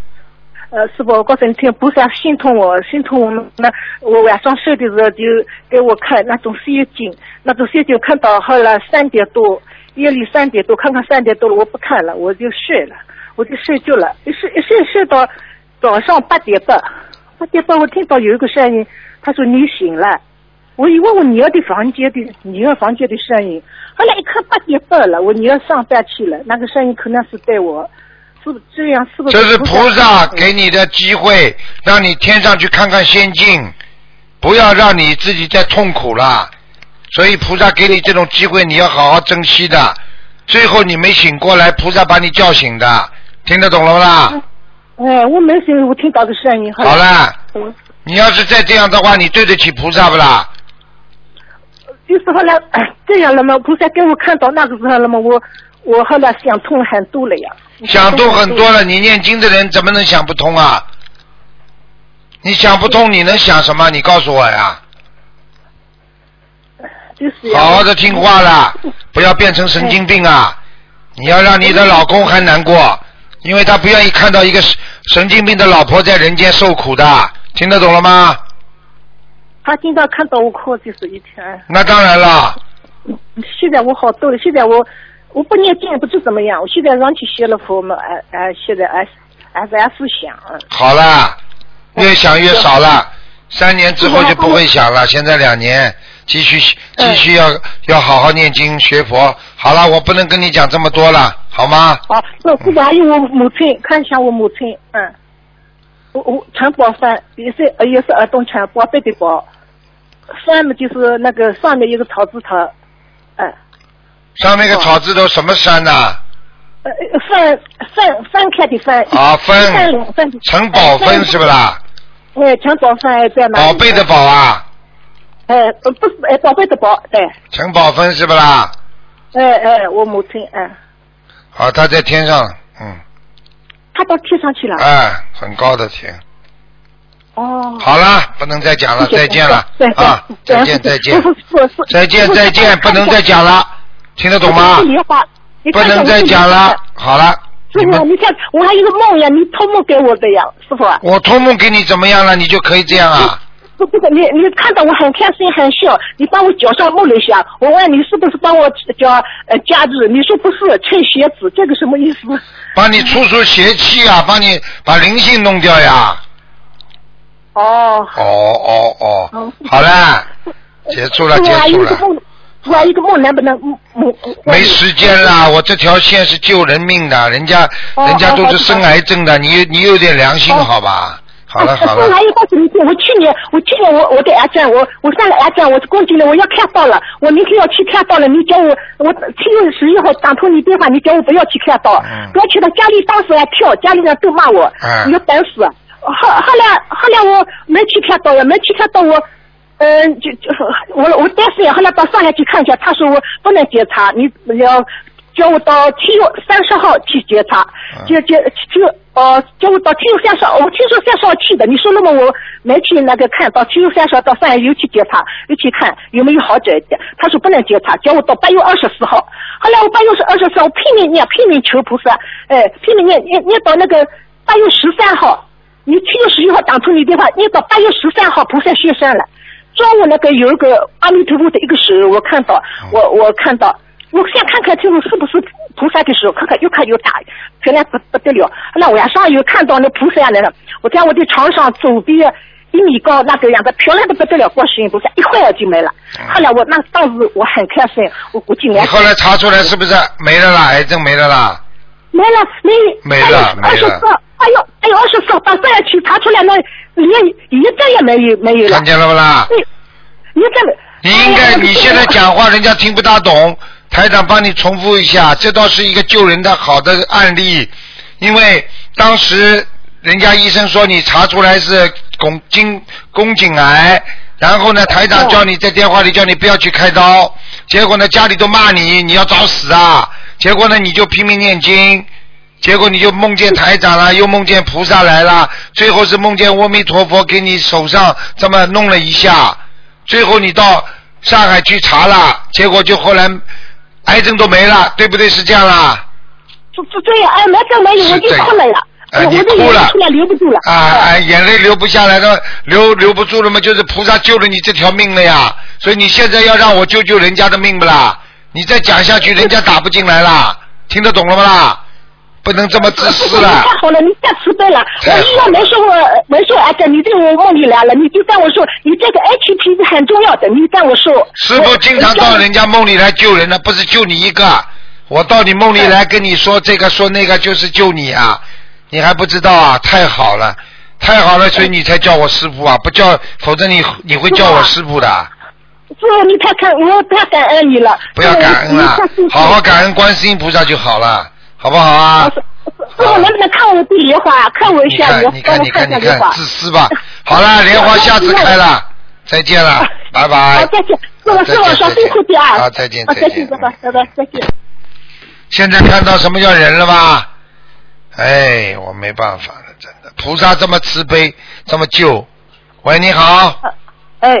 Speaker 4: 呃，师傅，我告诉你听，菩萨心痛我，心痛我们。那我晚上睡的时候就给我看那种仙境，那种仙境看到后来三点多，夜里三点多，看看三点多了，我不看了，我就睡了，我就睡觉了。一睡一睡睡到早上八点半，八点半我听到有一个声音，他说你醒了，我以为我女儿的房间的女儿房间的声音，后来一看八点半了，我女儿上班去了，那个声音可能是对我，是不是这样？是不是？
Speaker 1: 这是菩萨给你的机会，让你天上去看看仙境，不要让你自己再痛苦了。所以菩萨给你这种机会，你要好好珍惜的。最后你没醒过来，菩萨把你叫醒的，听得懂了不啦？
Speaker 4: 哎，我没醒，我听到个声音。后来
Speaker 1: 好了，
Speaker 4: 嗯
Speaker 1: 你要是再这样的话，你对得起菩萨不啦？
Speaker 4: 就是后来、哎这样了嘛，菩萨给我看到那个时候了嘛，我我后来想通很多了呀。
Speaker 1: 想通很多了，你念经的人怎么能想不通啊？你想不通，你能想什么？你告诉我呀！
Speaker 4: 就是 呀
Speaker 1: 好好的听话啦，不要变成神经病啊！你要让你的老公还难过，因为他不愿意看到一个神神经病的老婆在人间受苦的，听得懂了吗？
Speaker 4: 他经常看到我哭，就是一天。
Speaker 1: 那当然了，
Speaker 4: 现在我好多了，现在我我不念经也不知怎么样，我现在上去学了佛嘛，哎哎，现在哎哎是思想。
Speaker 1: 好啦，越想越少了，三年之后就不会想了。现在两年，继续继续要要好好念经学佛。好了，我不能跟你讲这么多了，好吗？
Speaker 4: 啊，那这个还有我母亲，看一下我母亲，嗯，我我陈宝帆也是呃也是儿童权宝贝的宝，帆嘛就是那个上面一个草字头，嗯，
Speaker 1: 上面一个草字头什么山呐、
Speaker 4: 呃翻翻翻开的翻。
Speaker 1: 啊翻
Speaker 4: 翻两翻。
Speaker 1: 陈宝芬是不啦？
Speaker 4: 哎，陈宝帆在哪里？
Speaker 1: 宝贝的宝啊，
Speaker 4: 哎，呃不是哎，宝贝的宝，对，
Speaker 1: 陈宝芬是不啦？
Speaker 4: 哎哎，我母亲，哎，
Speaker 1: 好，他在天上，嗯，
Speaker 4: 她到天上去了。
Speaker 1: 哎，很高的天。
Speaker 4: 哦。
Speaker 1: 好啦，不能再讲了，再见了
Speaker 4: 对对
Speaker 1: 啊，
Speaker 4: 对
Speaker 1: 再见再见
Speaker 4: 不是不是
Speaker 1: 再见再见，不能再讲。了，听得
Speaker 4: 不是
Speaker 1: 懂吗
Speaker 4: 不是？你话你
Speaker 1: 不
Speaker 4: 看看
Speaker 1: 能再讲了，好了，
Speaker 4: 我
Speaker 1: 你
Speaker 4: 是不是？
Speaker 1: 们
Speaker 4: 你看我还有个梦呀，你托梦给我的呀，师傅啊。
Speaker 1: 我托梦给你怎么样了，你就可以这样啊？
Speaker 4: 不不，你你看到我很开心很笑，你帮我脚上摸了一下，我问你是不是帮我脚呃夹子？你说不是，吹鞋子，这个什么意思？
Speaker 1: 把你出出邪气啊，把你把灵性弄掉呀。
Speaker 4: 哦，
Speaker 1: 哦哦哦
Speaker 4: 哦，
Speaker 1: 好啦，结束了
Speaker 4: 我
Speaker 1: 结
Speaker 4: 还有
Speaker 1: 束
Speaker 4: 一个
Speaker 1: 了。
Speaker 4: 梦，我还有一个梦，能不能嗯嗯嗯
Speaker 1: 没时间啦，我这条线是救人命的，人家
Speaker 4: 哦
Speaker 1: 人家都是
Speaker 4: 哦
Speaker 1: 生癌症的，你你有点良心好吧？好了好
Speaker 4: 哎 我
Speaker 1: 了
Speaker 4: 还，有告诉你一件，我去年我去年我我得癌症，我我上了癌症，我是宫颈了，我要看到了，我明天要去看到了。你叫我我七月十一号打通你电话，你叫我不要去看到，
Speaker 1: 嗯
Speaker 4: 不要去了。家里当时还跳，家里人都骂我，
Speaker 1: 嗯
Speaker 4: 你要等死。后后来后来我没去看到了，没去看到我。嗯，就就我我担心，后来到上海去看一下，他说我不能检查，你你要叫我到七月三十号去检查，
Speaker 1: 嗯
Speaker 4: 就就就哦，叫我到七月三十号，我听说三十号去的，你说那么我没去那个看到七月三十号到上海又去检查，又去看有没有好转一点，他说不能检查，叫我到八月二十四号，后来我八月二十四号我拼命念，拼命求菩萨，哎，拼命念念念到那个八月十三号，你七月十一号打通你电话，念到八月十三号菩萨现身了。中午那个有一个阿弥陀佛的一个手，我看到，
Speaker 1: 嗯
Speaker 4: 我我看到，我想看看这个是不是菩萨的手，看看越看越大，原来不不得了。那晚上又看到那菩萨呢，我在我的床上左边啊一米高那个样子，漂亮的不得了，观世音菩萨一会儿就没了。后来我那当时我很开心，我估计
Speaker 1: 嗯你
Speaker 4: 来
Speaker 1: 后来查出来是不是没了啦？癌症没了啦？
Speaker 4: 没了没
Speaker 2: 哎
Speaker 1: 没了
Speaker 4: 二十
Speaker 1: 没了
Speaker 4: 四，哎呦哎呦二十四，到这样去查出来那连一个也没有没有了
Speaker 1: 看。见了不啦？
Speaker 4: 你你这么
Speaker 1: 你应
Speaker 4: 哎
Speaker 1: 该
Speaker 4: 呀
Speaker 1: 你现在讲话人家听不大懂，台长帮你重复一下，这倒是一个救人的好的案例，因为当时人家医生说你查出来是宫颈宫颈癌，然后呢台长叫你在电话里叫你不要去开刀，结果呢家里都骂你你要找死啊，结果呢你就拼命念经。结果你就梦见台长了，又梦见菩萨来了，最后是梦见阿弥陀佛给你手上这么弄了一下，最后你到上海去查了，结果就后来癌症都没了，对不对？是这样啊啦？
Speaker 4: 就就这样，哎，没这没有，我就哭了呀，
Speaker 1: 哎
Speaker 4: 我
Speaker 1: 你
Speaker 4: 我这
Speaker 1: 哭
Speaker 4: 眼泪
Speaker 1: 了
Speaker 4: 突然留不住了，
Speaker 1: 啊，哎，眼泪流不下来的，流流不住了嘛，就是菩萨救了你这条命了呀。所以你现在要让我救救人家的命不啦？你再讲下去，人家打不进来啦。听得懂了不啦？不能这么自私
Speaker 4: 你
Speaker 1: 了。
Speaker 4: 太好了，你太慈悲了。我医院没说我没说哎儿子，你对我梦里来了，你就跟我说，你这个 H P 是很重要的，你跟我说。
Speaker 1: 师傅经常到人家梦里来救人的，不是救你一个。啊我到你梦里来跟你说这个说那个，就是救你啊！你还不知道啊？太好了，太好了，所以你才叫我师傅啊！不叫，否则你你会叫我师傅的。啊
Speaker 4: 是你太看我太感恩你了。
Speaker 1: 不要感恩了
Speaker 4: 你太辛，苦
Speaker 1: 好好感恩观世音菩萨就好了，好不好啊？
Speaker 4: 师傅能不能看我的莲花？看我一
Speaker 1: 你
Speaker 4: 下
Speaker 1: 看，，啊你
Speaker 4: 帮
Speaker 1: 看，
Speaker 4: 我
Speaker 1: 你看，
Speaker 4: 看一下
Speaker 1: 你
Speaker 4: 莲
Speaker 1: 看
Speaker 4: 花，。
Speaker 1: 自私吧。好了，莲花下次开了，再见了，拜
Speaker 4: 好，
Speaker 1: 拜。
Speaker 4: 再见，师傅，师傅，小辛苦点啊！
Speaker 1: 好再见
Speaker 4: 啊
Speaker 1: 再见
Speaker 4: 再见，拜拜，拜拜，再见。
Speaker 1: 现在看到什么叫人了吧？哎，我没办法了，真的。菩萨这么慈悲，这么救。喂，你好。
Speaker 5: 哎，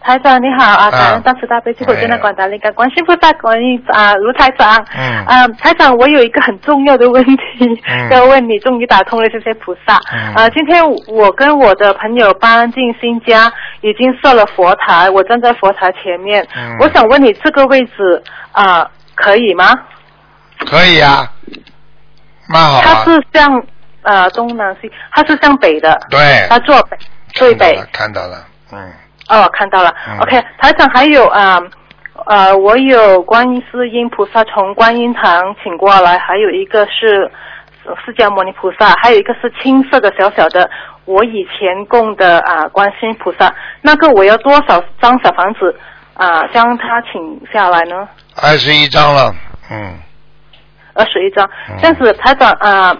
Speaker 5: 台长你好啊，感
Speaker 1: 啊
Speaker 5: 恩大慈大悲救苦救难
Speaker 1: 哎
Speaker 5: 广大灵感观世菩萨观音啊，卢台长。
Speaker 1: 嗯
Speaker 5: 啊，台长，我有一个很重要的问题
Speaker 1: 嗯
Speaker 5: 要问你，终于打通了，谢谢菩萨。
Speaker 1: 嗯
Speaker 5: 啊，今天我跟我的朋友搬进新家，已经设了佛台，我站在佛台前面。
Speaker 1: 嗯
Speaker 5: 我想问你这个位置啊，可以吗？
Speaker 1: 可以啊，蛮好
Speaker 5: 它
Speaker 1: 啊。
Speaker 5: 是向呃东南西，它是向北的，
Speaker 1: 对，
Speaker 5: 它坐北对
Speaker 1: 看到
Speaker 5: 北。
Speaker 1: 了，看到了，嗯，
Speaker 5: 哦，看到了。
Speaker 1: 嗯
Speaker 5: OK，台长还有啊。呃，我有观世音菩萨从观音堂请过来，还有一个是呃释迦牟尼菩萨，还有一个是青色的小小的，我以前供的啊、观世音菩萨，那个我要多少张小房子啊、将它请下来呢？
Speaker 1: 二十一章了，嗯，
Speaker 5: 二十一张
Speaker 1: 嗯。
Speaker 5: 但是台长啊啊、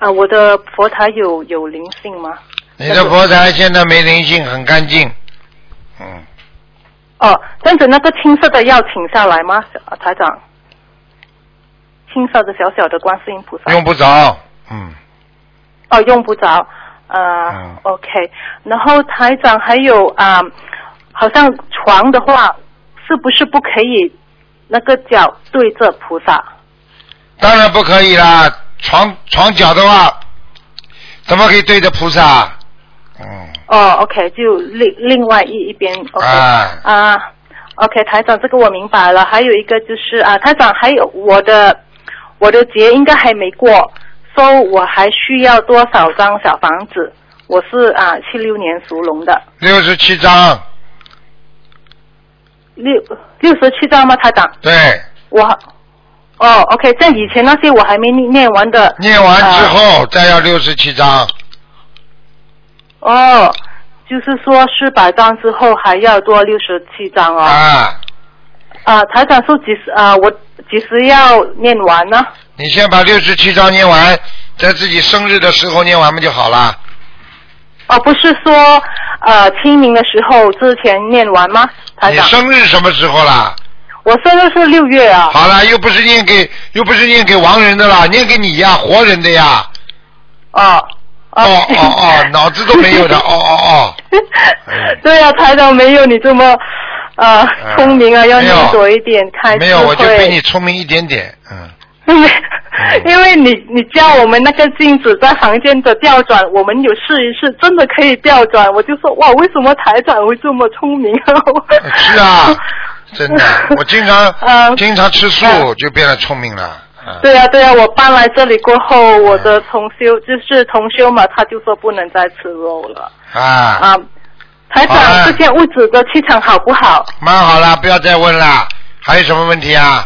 Speaker 5: 呃我的佛台有有灵性吗？
Speaker 1: 你的佛台现在没灵性，很干净，嗯，
Speaker 5: 哦，这样子那个青色的要请下来吗，小呃台长？青色的小小的观世音菩萨。
Speaker 1: 用不着，嗯，
Speaker 5: 哦，用不着。呃、
Speaker 1: 嗯
Speaker 5: o k 然后台长还有啊、好像床的话，是不是不可以那个脚对着菩萨？
Speaker 1: 当然不可以啦。床床脚的话，怎么可以对着菩萨？嗯，
Speaker 5: 哦，OK，就另另外一一边，OK
Speaker 1: 啊
Speaker 5: 啊，OK，台长，这个我明白了。还有一个就是啊，台长，还有我的我的节应该还没过，所以我还需要多少张小房子？我是啊，七六年属龙的，
Speaker 1: 六十七章，
Speaker 5: 六六十七张吗？台长，
Speaker 1: 对，
Speaker 5: 我哦，OK，在以前那些我还没念念完的，
Speaker 1: 念完之
Speaker 5: 啊
Speaker 1: 后、再要六十七章，
Speaker 5: 哦，就是说四百张之后还要多六十七张哦。
Speaker 1: 啊，
Speaker 5: 啊，台长说几时啊？我几时要念完呢？
Speaker 1: 你先把六十七章念完，在自己生日的时候念完不就好了？
Speaker 5: 哦，不是说呃清明的时候之前念完吗？台
Speaker 1: 你
Speaker 5: 长，
Speaker 1: 生日什么时候啦？
Speaker 5: 我生日是六月啊。
Speaker 1: 好了，又不是念给又不是念给亡人的啦，念给你呀，活人的呀。
Speaker 5: 哦。
Speaker 1: 哦哦哦，脑子都没有 的，哦哦哦。哎
Speaker 5: 对啊，台长没有你这么呃
Speaker 1: 嗯
Speaker 5: 聪明啊，要
Speaker 1: 没
Speaker 5: 念
Speaker 1: 有
Speaker 5: 多一点，开
Speaker 1: 没有，我就
Speaker 5: 智慧
Speaker 1: 比你聪明一点点，嗯。
Speaker 5: 因为 因为你你教我们那个镜子在房间的调转，我们有试一试，真的可以调转。我就说哇，为什么台长会这么聪明啊？
Speaker 1: 是啊， 真的，我经
Speaker 5: 呃
Speaker 1: 常经常吃素
Speaker 5: 呃
Speaker 1: 就变得聪明了。嗯
Speaker 5: 对啊，对啊，我搬来这里过后，我的同修就是同修嘛，他就说不能再吃肉了
Speaker 1: 啊，
Speaker 5: 啊。台长，
Speaker 1: 好啊
Speaker 5: 这间屋子的气场好不好
Speaker 1: 蛮好了，不要再问了。还有什么问题啊？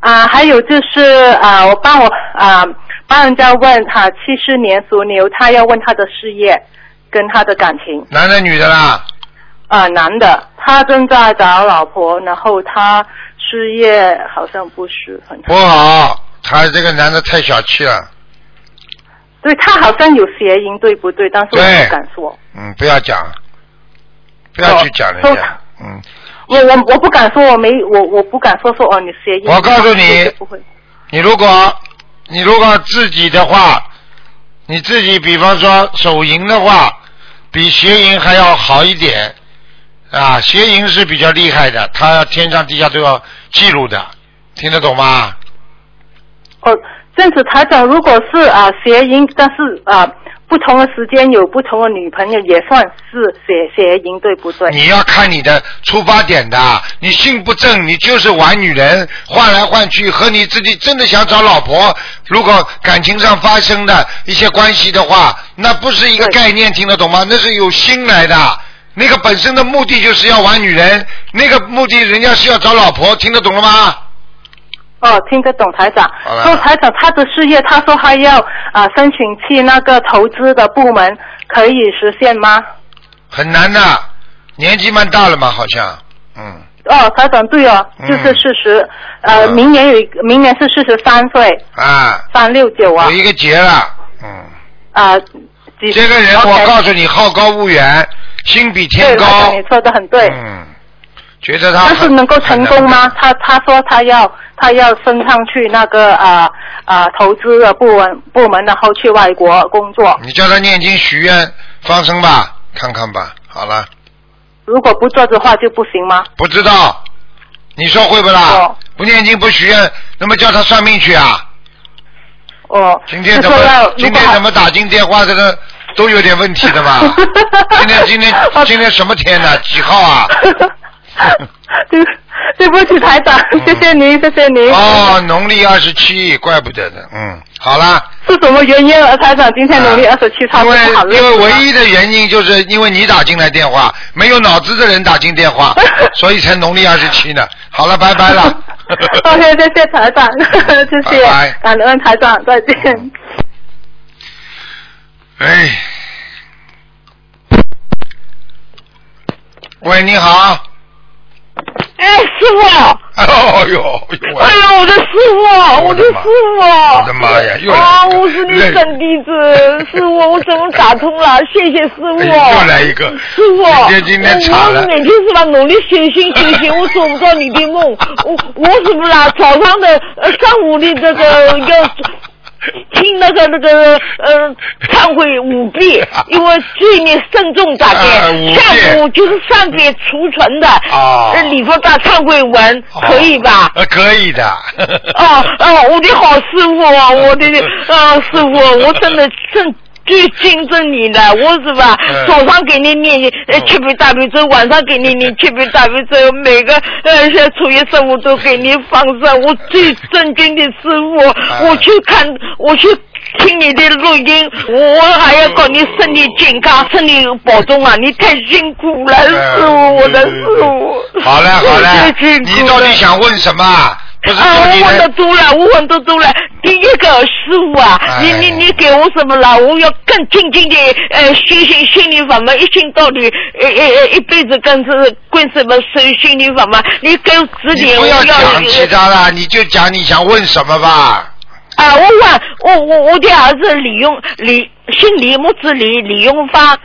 Speaker 5: 啊？还有就是啊，我帮我啊帮人家问他七十年属牛，他要问他的事业跟他的感情。
Speaker 1: 男的女的啦？
Speaker 5: 啊，男的，他正在找老婆，然后他事业好像不是很
Speaker 1: 不好，他这个男的太小气了。
Speaker 5: 对，他好像有谐音，对不对？但是我
Speaker 1: 对
Speaker 5: 不敢说，
Speaker 1: 嗯，不要讲，不要去讲人
Speaker 5: 哦
Speaker 1: 家。嗯，
Speaker 5: 我我我不敢说，我没我我不敢说说哦，你谐音。
Speaker 1: 我告诉你
Speaker 5: 对不会。
Speaker 1: 你如果你如果自己的话，你自己比方说手淫的话，比邪淫还要好一点啊。邪淫是比较厉害的，他天上地下都要记录的，听得懂吗？
Speaker 5: 呃哦，这样子，台长，如果是啊谐音，但是啊
Speaker 6: 不同的时间有不同的女朋友，也算是邪邪淫，对不对？
Speaker 1: 你要看你的出发点的，你性不正，你就是玩女人，换来换去，和你自己真的想找老婆，如果感情上发生的一些关系的话，那不是一个概念，听得懂吗？那是有心来的。那个本身的目的就是要玩女人，那个目的人家是要找老婆，听得懂了吗？
Speaker 6: 哦，听得懂台长
Speaker 1: 好了。
Speaker 6: 说台长他的事业，他说他要啊、
Speaker 5: 呃
Speaker 6: 申请去那个投资的部门，可以实现吗？
Speaker 1: 很难的，年纪蛮大了嘛，好像，嗯，
Speaker 6: 哦，台长对哦，
Speaker 1: 嗯
Speaker 6: 就是四十、呃，
Speaker 1: 嗯
Speaker 6: 明年有一个明年是四十三岁，
Speaker 1: 啊，
Speaker 6: 三六九啊
Speaker 1: 有一个结了，嗯。
Speaker 6: 啊、几
Speaker 1: 这个人，我告诉你，好高骛远，心比天
Speaker 6: 对，台
Speaker 1: 高
Speaker 6: 长。你说的很对。
Speaker 1: 嗯，觉得他
Speaker 6: 但
Speaker 1: 很。
Speaker 6: 是能够成功吗
Speaker 1: 很？难？
Speaker 6: 他他说他要他要升上去那个啊啊、投资的部门部门，然后去外国工作。
Speaker 1: 你叫他念经许愿放生吧，看看吧。好了，
Speaker 6: 如果不做的话就不行吗？
Speaker 1: 不知道，你说会不啦
Speaker 6: 哦？
Speaker 1: 不念经不许愿，那么叫他算命去啊？
Speaker 6: 哦，
Speaker 1: 今天
Speaker 6: 就
Speaker 1: 怎
Speaker 6: 说要
Speaker 1: 么
Speaker 6: 如
Speaker 1: 今
Speaker 6: 果
Speaker 1: 天怎么打进电话这个都有点问题 的吧？今天今天今天什么天呢、几 号啊？
Speaker 6: 对对不起台长，
Speaker 1: 嗯
Speaker 6: 谢谢您谢谢您。
Speaker 1: 哦，农历二十七，怪不得呢。嗯，好啦。
Speaker 6: 是什么原因啊？台长今天农历
Speaker 1: 啊
Speaker 6: 二十七号
Speaker 1: 因
Speaker 6: 是不好
Speaker 1: 为
Speaker 6: 日
Speaker 1: 因为
Speaker 6: 子吗。
Speaker 1: 唯一的原因就是因为你打进来电话，没有脑子的人打进电话，所以才农历二十七呢。好了，拜拜了
Speaker 6: OK，谢哦谢台长， 谢谢，
Speaker 1: 拜拜
Speaker 6: 感恩台长，再见。
Speaker 1: 哎，喂，你好。
Speaker 5: 哎，师傅，
Speaker 1: 哎呦，哎呦喂
Speaker 5: 哎呀，我的师傅，
Speaker 1: 我
Speaker 5: 我
Speaker 1: 的
Speaker 5: 的
Speaker 1: 妈
Speaker 5: 师傅，
Speaker 1: 我的妈呀又来
Speaker 5: 啊，
Speaker 1: 一个
Speaker 5: 我是你
Speaker 1: 又来一个
Speaker 5: 真弟子，师傅，我怎么打通了？谢谢师傅。
Speaker 1: 哎又来一个
Speaker 5: 师傅，我
Speaker 1: 今天今天查了
Speaker 5: 我每天是吧努力学习学习，我做不到你的梦，我我是不是啊？早上的呃上午的这个要。听那个那个呃，忏悔五遍，因为罪孽深重大
Speaker 1: 啊五遍
Speaker 5: 遍，下午就是上遍储存的，
Speaker 1: 哦
Speaker 5: 呃礼佛大忏悔文可以吧？
Speaker 1: 呃，可以的。
Speaker 5: 哦哦，我的好师傅 啊，我的啊师傅，我真的真最敬重你了，我是吧
Speaker 1: 嗯？
Speaker 5: 早上给你念呃七遍大悲咒，晚上给你 念七遍大悲咒，每个呃初一十五都给你放生。我最尊敬的师
Speaker 1: 哎
Speaker 5: 傅，我去看，我去。听你的录音，我我还要搞你身体健
Speaker 1: 嗯
Speaker 5: 康，身体保重啊！你太辛苦了，师傅，我的师傅。
Speaker 1: 哎好嘞，好嘞
Speaker 5: 太辛。苦了
Speaker 1: 你到底想问什么啊？不是
Speaker 5: 啊，
Speaker 1: 说你
Speaker 5: 我问
Speaker 1: 的
Speaker 5: 的多了，我问的多了。第一个师傅啊，你
Speaker 1: 哎
Speaker 5: 你你给我什么了？我要更精进的呃修行心灵法门，一心到底，呃呃呃一辈子跟是跟什么修心灵法门？你给我指
Speaker 1: 你
Speaker 5: 点，
Speaker 1: 不
Speaker 5: 我
Speaker 1: 要
Speaker 5: 要
Speaker 1: 讲其他的，你就讲你想问什么吧。
Speaker 5: 啊！我问我我我的儿子李用李姓李木子李李用发，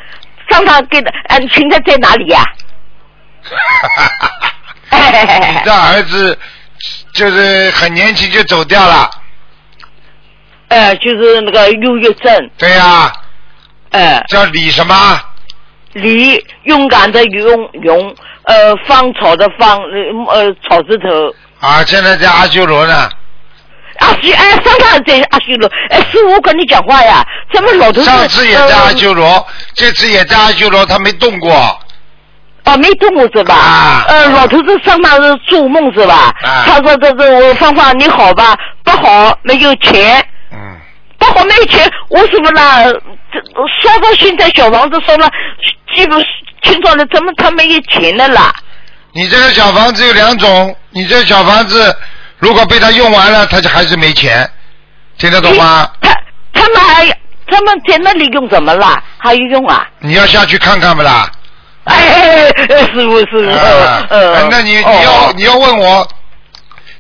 Speaker 5: 让他给的，嗯、请他在哪里呀、哎
Speaker 1: 你的儿子就是很年轻就走掉了，
Speaker 5: 呃，就是那个忧郁症，
Speaker 1: 对呀、
Speaker 5: 呃。
Speaker 1: 叫李什么？
Speaker 5: 李勇敢的勇勇，呃，芳草的芳，呃，呃草字头。
Speaker 1: 啊，现在在阿修罗呢，
Speaker 5: 阿西哎，上趟在阿修罗，哎，师傅我跟你讲话呀，咱们老头子
Speaker 1: 上次也啊在阿
Speaker 5: 呃
Speaker 1: 修罗，这次也在阿修罗，他没动过。
Speaker 5: 哦，没动过是吧？
Speaker 1: 啊
Speaker 5: 呃，老头子上当是做梦是吧？
Speaker 1: 啊
Speaker 5: 他说这这我芳芳你好吧，不好没有钱，
Speaker 1: 嗯，
Speaker 5: 不好没有钱，我怎么啦？这烧到现在小房子烧了，基本清到了，怎么他没有钱了啦？
Speaker 1: 你这个小房子有两种，你这小房子如果被他用完了，他就还是没钱，听得懂吗？
Speaker 5: 他他们还他们在那里用什么啦？还有用啊？
Speaker 1: 你要下去看看不啦？
Speaker 5: 哎哎哎，哎师傅师傅，
Speaker 1: 啊
Speaker 5: 呃，呃，
Speaker 1: 那你你
Speaker 5: 哦
Speaker 1: 要你要问我，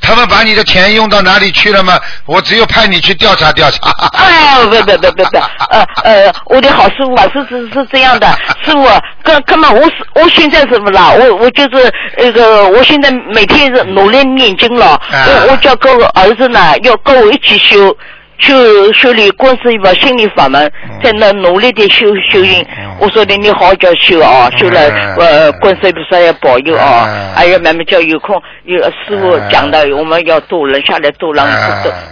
Speaker 1: 他们把你的钱用到哪里去了吗？我只有派你去调查调查。
Speaker 5: 哎，不不不不不，呃呃，我的好师傅啊，是是是这样的，师傅，哥哥们，我是我现在怎么了？我我就是那个，我现在每天是努力念经了，
Speaker 1: 啊
Speaker 5: 我我叫跟我儿子呢，要跟我一起修。去修理观世音心理法门，在那努力的修修行。我说的你好好修啊，修了呃观世音菩萨要保佑啊，哎呀，慢慢叫有空有师傅讲的，我们要度人下来度人，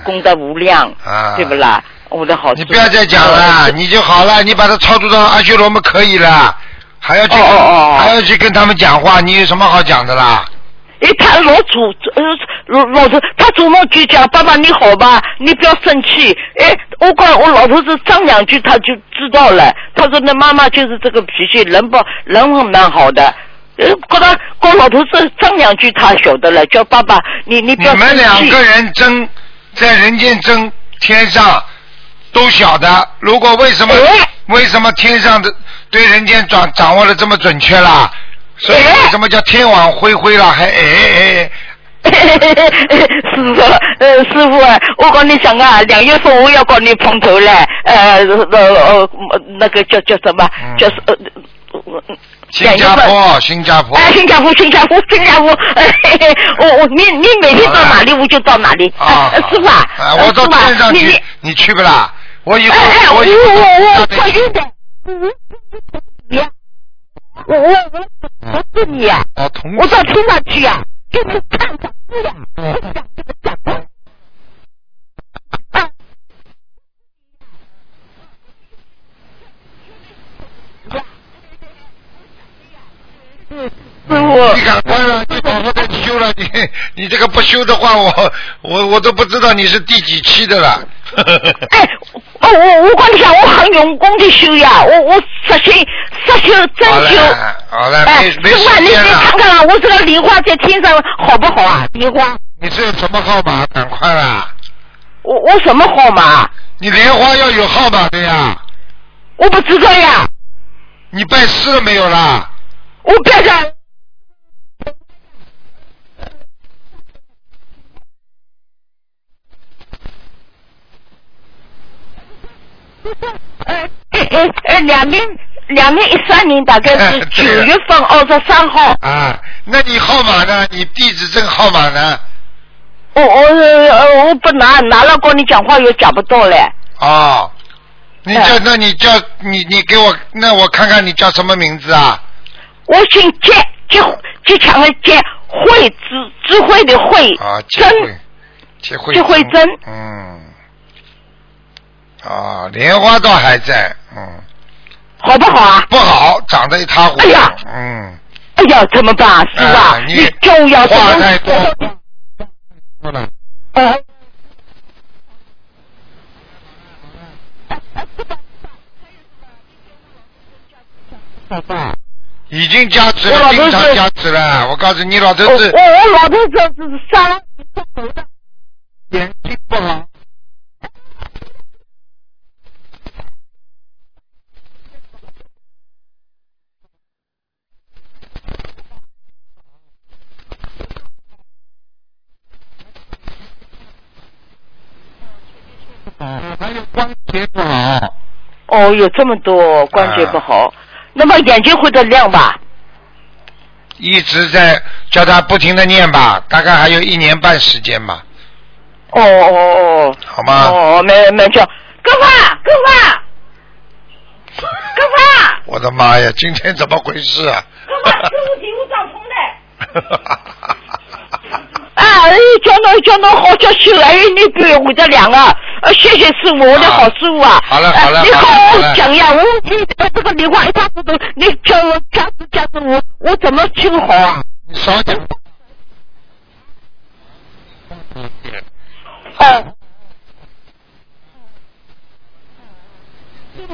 Speaker 5: 功德无量，对不啦？我的好，
Speaker 1: 啊
Speaker 5: 呃
Speaker 1: 你不要再讲了，
Speaker 5: 嗯
Speaker 1: 你就好了，你把它超度到阿修罗们可以了，还
Speaker 5: 哦
Speaker 1: 要去还要去跟他们讲话，你有什么好讲的啦？
Speaker 5: 哎，他老祖呃老老头，他做梦就讲爸爸你好吧，你不要生气。哎，我管我老头子张两句他就知道了。他说那妈妈就是这个脾气，人不人蛮好的。呃，跟他跟老头子张两句他晓得了，叫爸爸你你不要
Speaker 1: 你们两个人争，在人间争，天上都晓得。如果为什么、
Speaker 5: 哎、
Speaker 1: 为什么天上的对人间掌掌握的这么准确啦？所以为什么叫天网恢恢了？还哎
Speaker 5: 哎， 师傅，呃，师傅啊，我跟你讲啊，两月份我要跟你碰头嘞，呃，呃，那个叫叫什么？
Speaker 1: 嗯
Speaker 5: 叫呃，
Speaker 1: 新加坡，新加坡，
Speaker 5: 哎，新加坡，新加坡，新加坡， 我我你你每天到哪里我就到哪里，
Speaker 1: 啊，
Speaker 5: 师傅啊，
Speaker 1: 我到天上
Speaker 5: 哎
Speaker 1: 去，你去不啦？我以后我以后
Speaker 5: 我我我有点，嗯。我我我我是你
Speaker 2: 啊
Speaker 5: 呀！
Speaker 1: 啊
Speaker 5: 我到天上去呀，就是看长辈呀，我想这个长辈。嗯，
Speaker 1: 你赶快了，你赶快再修了，你 你这个不修的话，我我我都不知道你是第几期的了。
Speaker 5: 哎，哦，我我跟你讲，我很用功的修呀，我我实行实修真修。
Speaker 1: 好了，
Speaker 5: 哎，
Speaker 1: 没没时
Speaker 5: 你
Speaker 1: 间
Speaker 5: 你看看啊，我这个梨花在天上好不好啊？梨花。
Speaker 1: 你是什么号码？赶快啦！
Speaker 5: 我我什么号码？
Speaker 1: 你莲花要有号码的呀。
Speaker 5: 我不知道呀。
Speaker 1: 你拜师了没有啦？
Speaker 5: 我拜了。 哎哎哎，两零两零一三年大概是九月份二十三号。
Speaker 1: 啊，那你号码呢？你地址证号码呢？
Speaker 5: 我呃我我不拿，拿了跟你讲话又讲不到嘞。
Speaker 1: 哦，你叫、
Speaker 5: 哎
Speaker 1: 那你叫你你给我那我看看你叫什么名字啊？
Speaker 5: 我姓杰，杰杰强的杰，慧智智慧的慧，
Speaker 1: 啊，结
Speaker 5: 真
Speaker 1: 慧，结慧，
Speaker 5: 结慧真
Speaker 1: 嗯，啊，莲花倒还在，嗯，
Speaker 5: 好不好啊？
Speaker 1: 不好，长得一塌糊涂，
Speaker 5: 哎呀
Speaker 1: 嗯，
Speaker 5: 哎呀，怎么办啊，师傅啊
Speaker 1: 哎？你
Speaker 5: 你就要
Speaker 1: 话太多嗯不能
Speaker 5: 呃，
Speaker 1: 已经加持
Speaker 5: 我
Speaker 1: 了，
Speaker 5: 老
Speaker 1: 经
Speaker 5: 头
Speaker 1: 常
Speaker 5: 是哦
Speaker 1: 加持了。我告诉你，老头
Speaker 5: 我我
Speaker 1: 子
Speaker 5: 我老头子是杀了头的，
Speaker 1: 眼睛不好，还有关节不好。
Speaker 5: 哦，有这么多关节不
Speaker 1: 啊
Speaker 5: 好，那么眼睛会得亮吧？
Speaker 1: 一直在叫他不停的念吧，大概还有一年半时间吧，
Speaker 5: 哦哦哦
Speaker 1: 好
Speaker 5: 哦，
Speaker 1: 吗？
Speaker 5: 哦，没没叫，哥发哥发哥发
Speaker 1: 我的妈呀，今天怎么回事啊？
Speaker 5: 哥发，师傅给我找通的。啊，哎，叫侬叫侬好叫修，哎，你别我的两个，呃，谢谢师傅，我的好师傅啊。
Speaker 1: 好了好了
Speaker 5: 哎你
Speaker 1: 好了
Speaker 5: 好
Speaker 1: 好
Speaker 5: 好
Speaker 1: 了
Speaker 5: 讲呀，我你这个莲花一塌糊涂，你叫我加持加持我，我怎么修好啊？
Speaker 1: 你少讲。
Speaker 5: 哦。你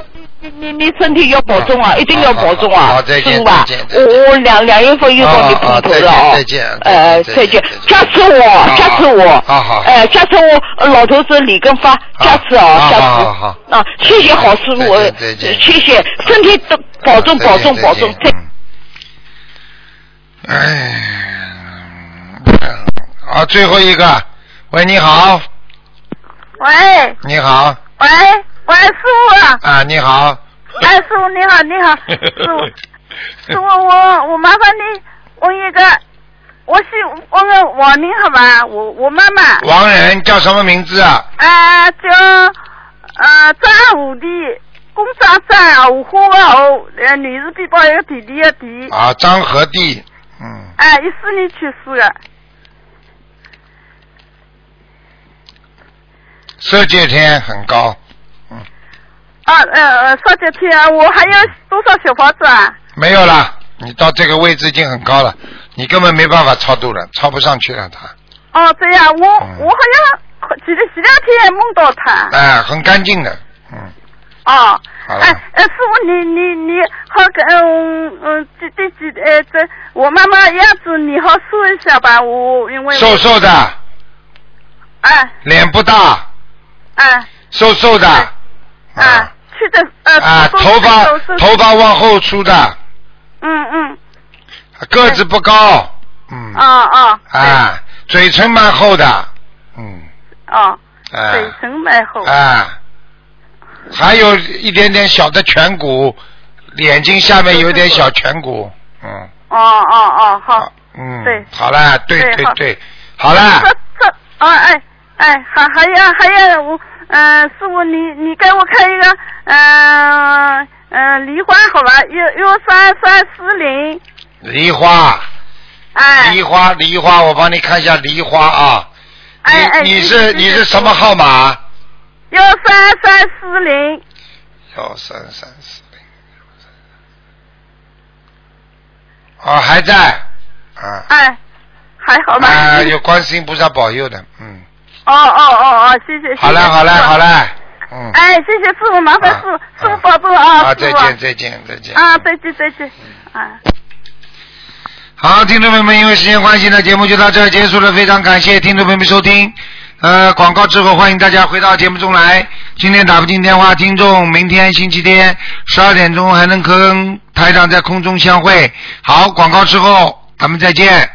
Speaker 5: 你你身体要保重啊，
Speaker 1: 好
Speaker 5: 一定要保重啊
Speaker 1: 好好，再见
Speaker 5: 师傅啊
Speaker 1: 再见再
Speaker 5: 我
Speaker 1: 见
Speaker 5: 我两两月份又跟你碰头了
Speaker 1: 啊
Speaker 5: 哦
Speaker 1: 啊，再见再见
Speaker 5: 呃，
Speaker 1: 再见
Speaker 5: 再
Speaker 1: 再
Speaker 5: 见
Speaker 1: 见，啊
Speaker 5: 加持我，加持我，
Speaker 1: 好好
Speaker 5: 哎，加持我呃老头子李根发，加持
Speaker 1: 好
Speaker 5: 啊，加
Speaker 1: 好好
Speaker 5: 持
Speaker 1: 好
Speaker 5: 啊，谢谢好师傅，
Speaker 1: 再
Speaker 5: 呃
Speaker 1: 见再见啊
Speaker 5: 谢谢，身体都保重保重保重，
Speaker 1: 再
Speaker 5: 再
Speaker 1: 见。嗯哎，好，最后一个。喂，你好，
Speaker 7: 喂
Speaker 1: 你好，
Speaker 7: 喂喂，师傅，
Speaker 1: 啊，你好。
Speaker 7: 哎，师傅 你好，你好，师傅，师傅，我我麻烦你问一个
Speaker 3: 我是问问网名好吧？我我妈妈
Speaker 1: 王仁叫什么名字啊？
Speaker 3: 啊叫呃张武的，公张张五花个后，呃女字边旁一个弟弟的弟，
Speaker 1: 啊，张和弟，嗯，
Speaker 3: 啊一四啊年去世的，
Speaker 1: 色界天很高，
Speaker 3: 啊呃呃上几天啊我还有多少小房子啊？
Speaker 1: 没有了，你到这个位置已经很高了，你根本没办法超度了，超不上去了他。
Speaker 3: 哦这样，我
Speaker 1: 嗯
Speaker 3: 我好像前前两天梦到他，
Speaker 1: 哎，很干净的，嗯
Speaker 3: 哦。
Speaker 1: 好了
Speaker 3: 哎，呃，师傅，你你你好跟嗯嗯，这这这呃这，我妈妈样子你好说一下吧，我因为我
Speaker 1: 瘦瘦的，
Speaker 3: 哎
Speaker 1: 脸不大，
Speaker 3: 哎
Speaker 1: 瘦瘦的，
Speaker 3: 哎，去的呃
Speaker 1: 啊，
Speaker 3: 手术
Speaker 1: 头发
Speaker 3: 手术
Speaker 1: 头发往后梳的，
Speaker 3: 嗯嗯
Speaker 1: 个子不高，嗯
Speaker 3: 哦哦
Speaker 1: 啊，嘴唇蛮厚的，嗯
Speaker 3: 哦，
Speaker 1: 啊
Speaker 3: 嘴唇蛮厚
Speaker 1: 啊，还有一点点小的颧骨，眼睛下面有点小颧骨，嗯
Speaker 3: 哦哦哦好，
Speaker 1: 嗯，
Speaker 3: 对
Speaker 1: 好啦，对
Speaker 3: 对
Speaker 1: 对
Speaker 3: 好
Speaker 1: 对，好啦，
Speaker 3: 这这 哦哎哎还还有还有我嗯、师傅你你给我看一个嗯嗯、呃梨花好吧，幺幺三三四零
Speaker 1: 梨花，
Speaker 3: 哎
Speaker 1: 梨花，梨花，我帮你看一下梨花啊，
Speaker 3: 哎哎
Speaker 1: 你你是
Speaker 3: 谢谢
Speaker 1: 你是什么号码？
Speaker 3: 幺三三四零。
Speaker 1: 幺三三四零，啊，还在，啊，
Speaker 3: 哎，还好吧？
Speaker 1: 啊，有观世音菩萨保佑的，嗯，
Speaker 3: 哦哦哦哦，谢谢。谢谢
Speaker 1: 好嘞，好嘞，好。嘞，嗯，
Speaker 3: 哎，谢谢师傅，麻烦师傅，师傅保重啊，
Speaker 1: 好，
Speaker 3: 师
Speaker 1: 再
Speaker 3: 傅
Speaker 1: 见，再见，再见。
Speaker 3: 啊，再见，再见，啊。
Speaker 1: 好，听众朋友们，因为时间关系呢，节目就到这儿结束了。非常感谢听众朋友们收听。呃，广告之后，欢迎大家回到节目中来。今天打不进电话，听众明天星期天十二点钟还能跟台长在空中相会。好，广告之后，咱们再见。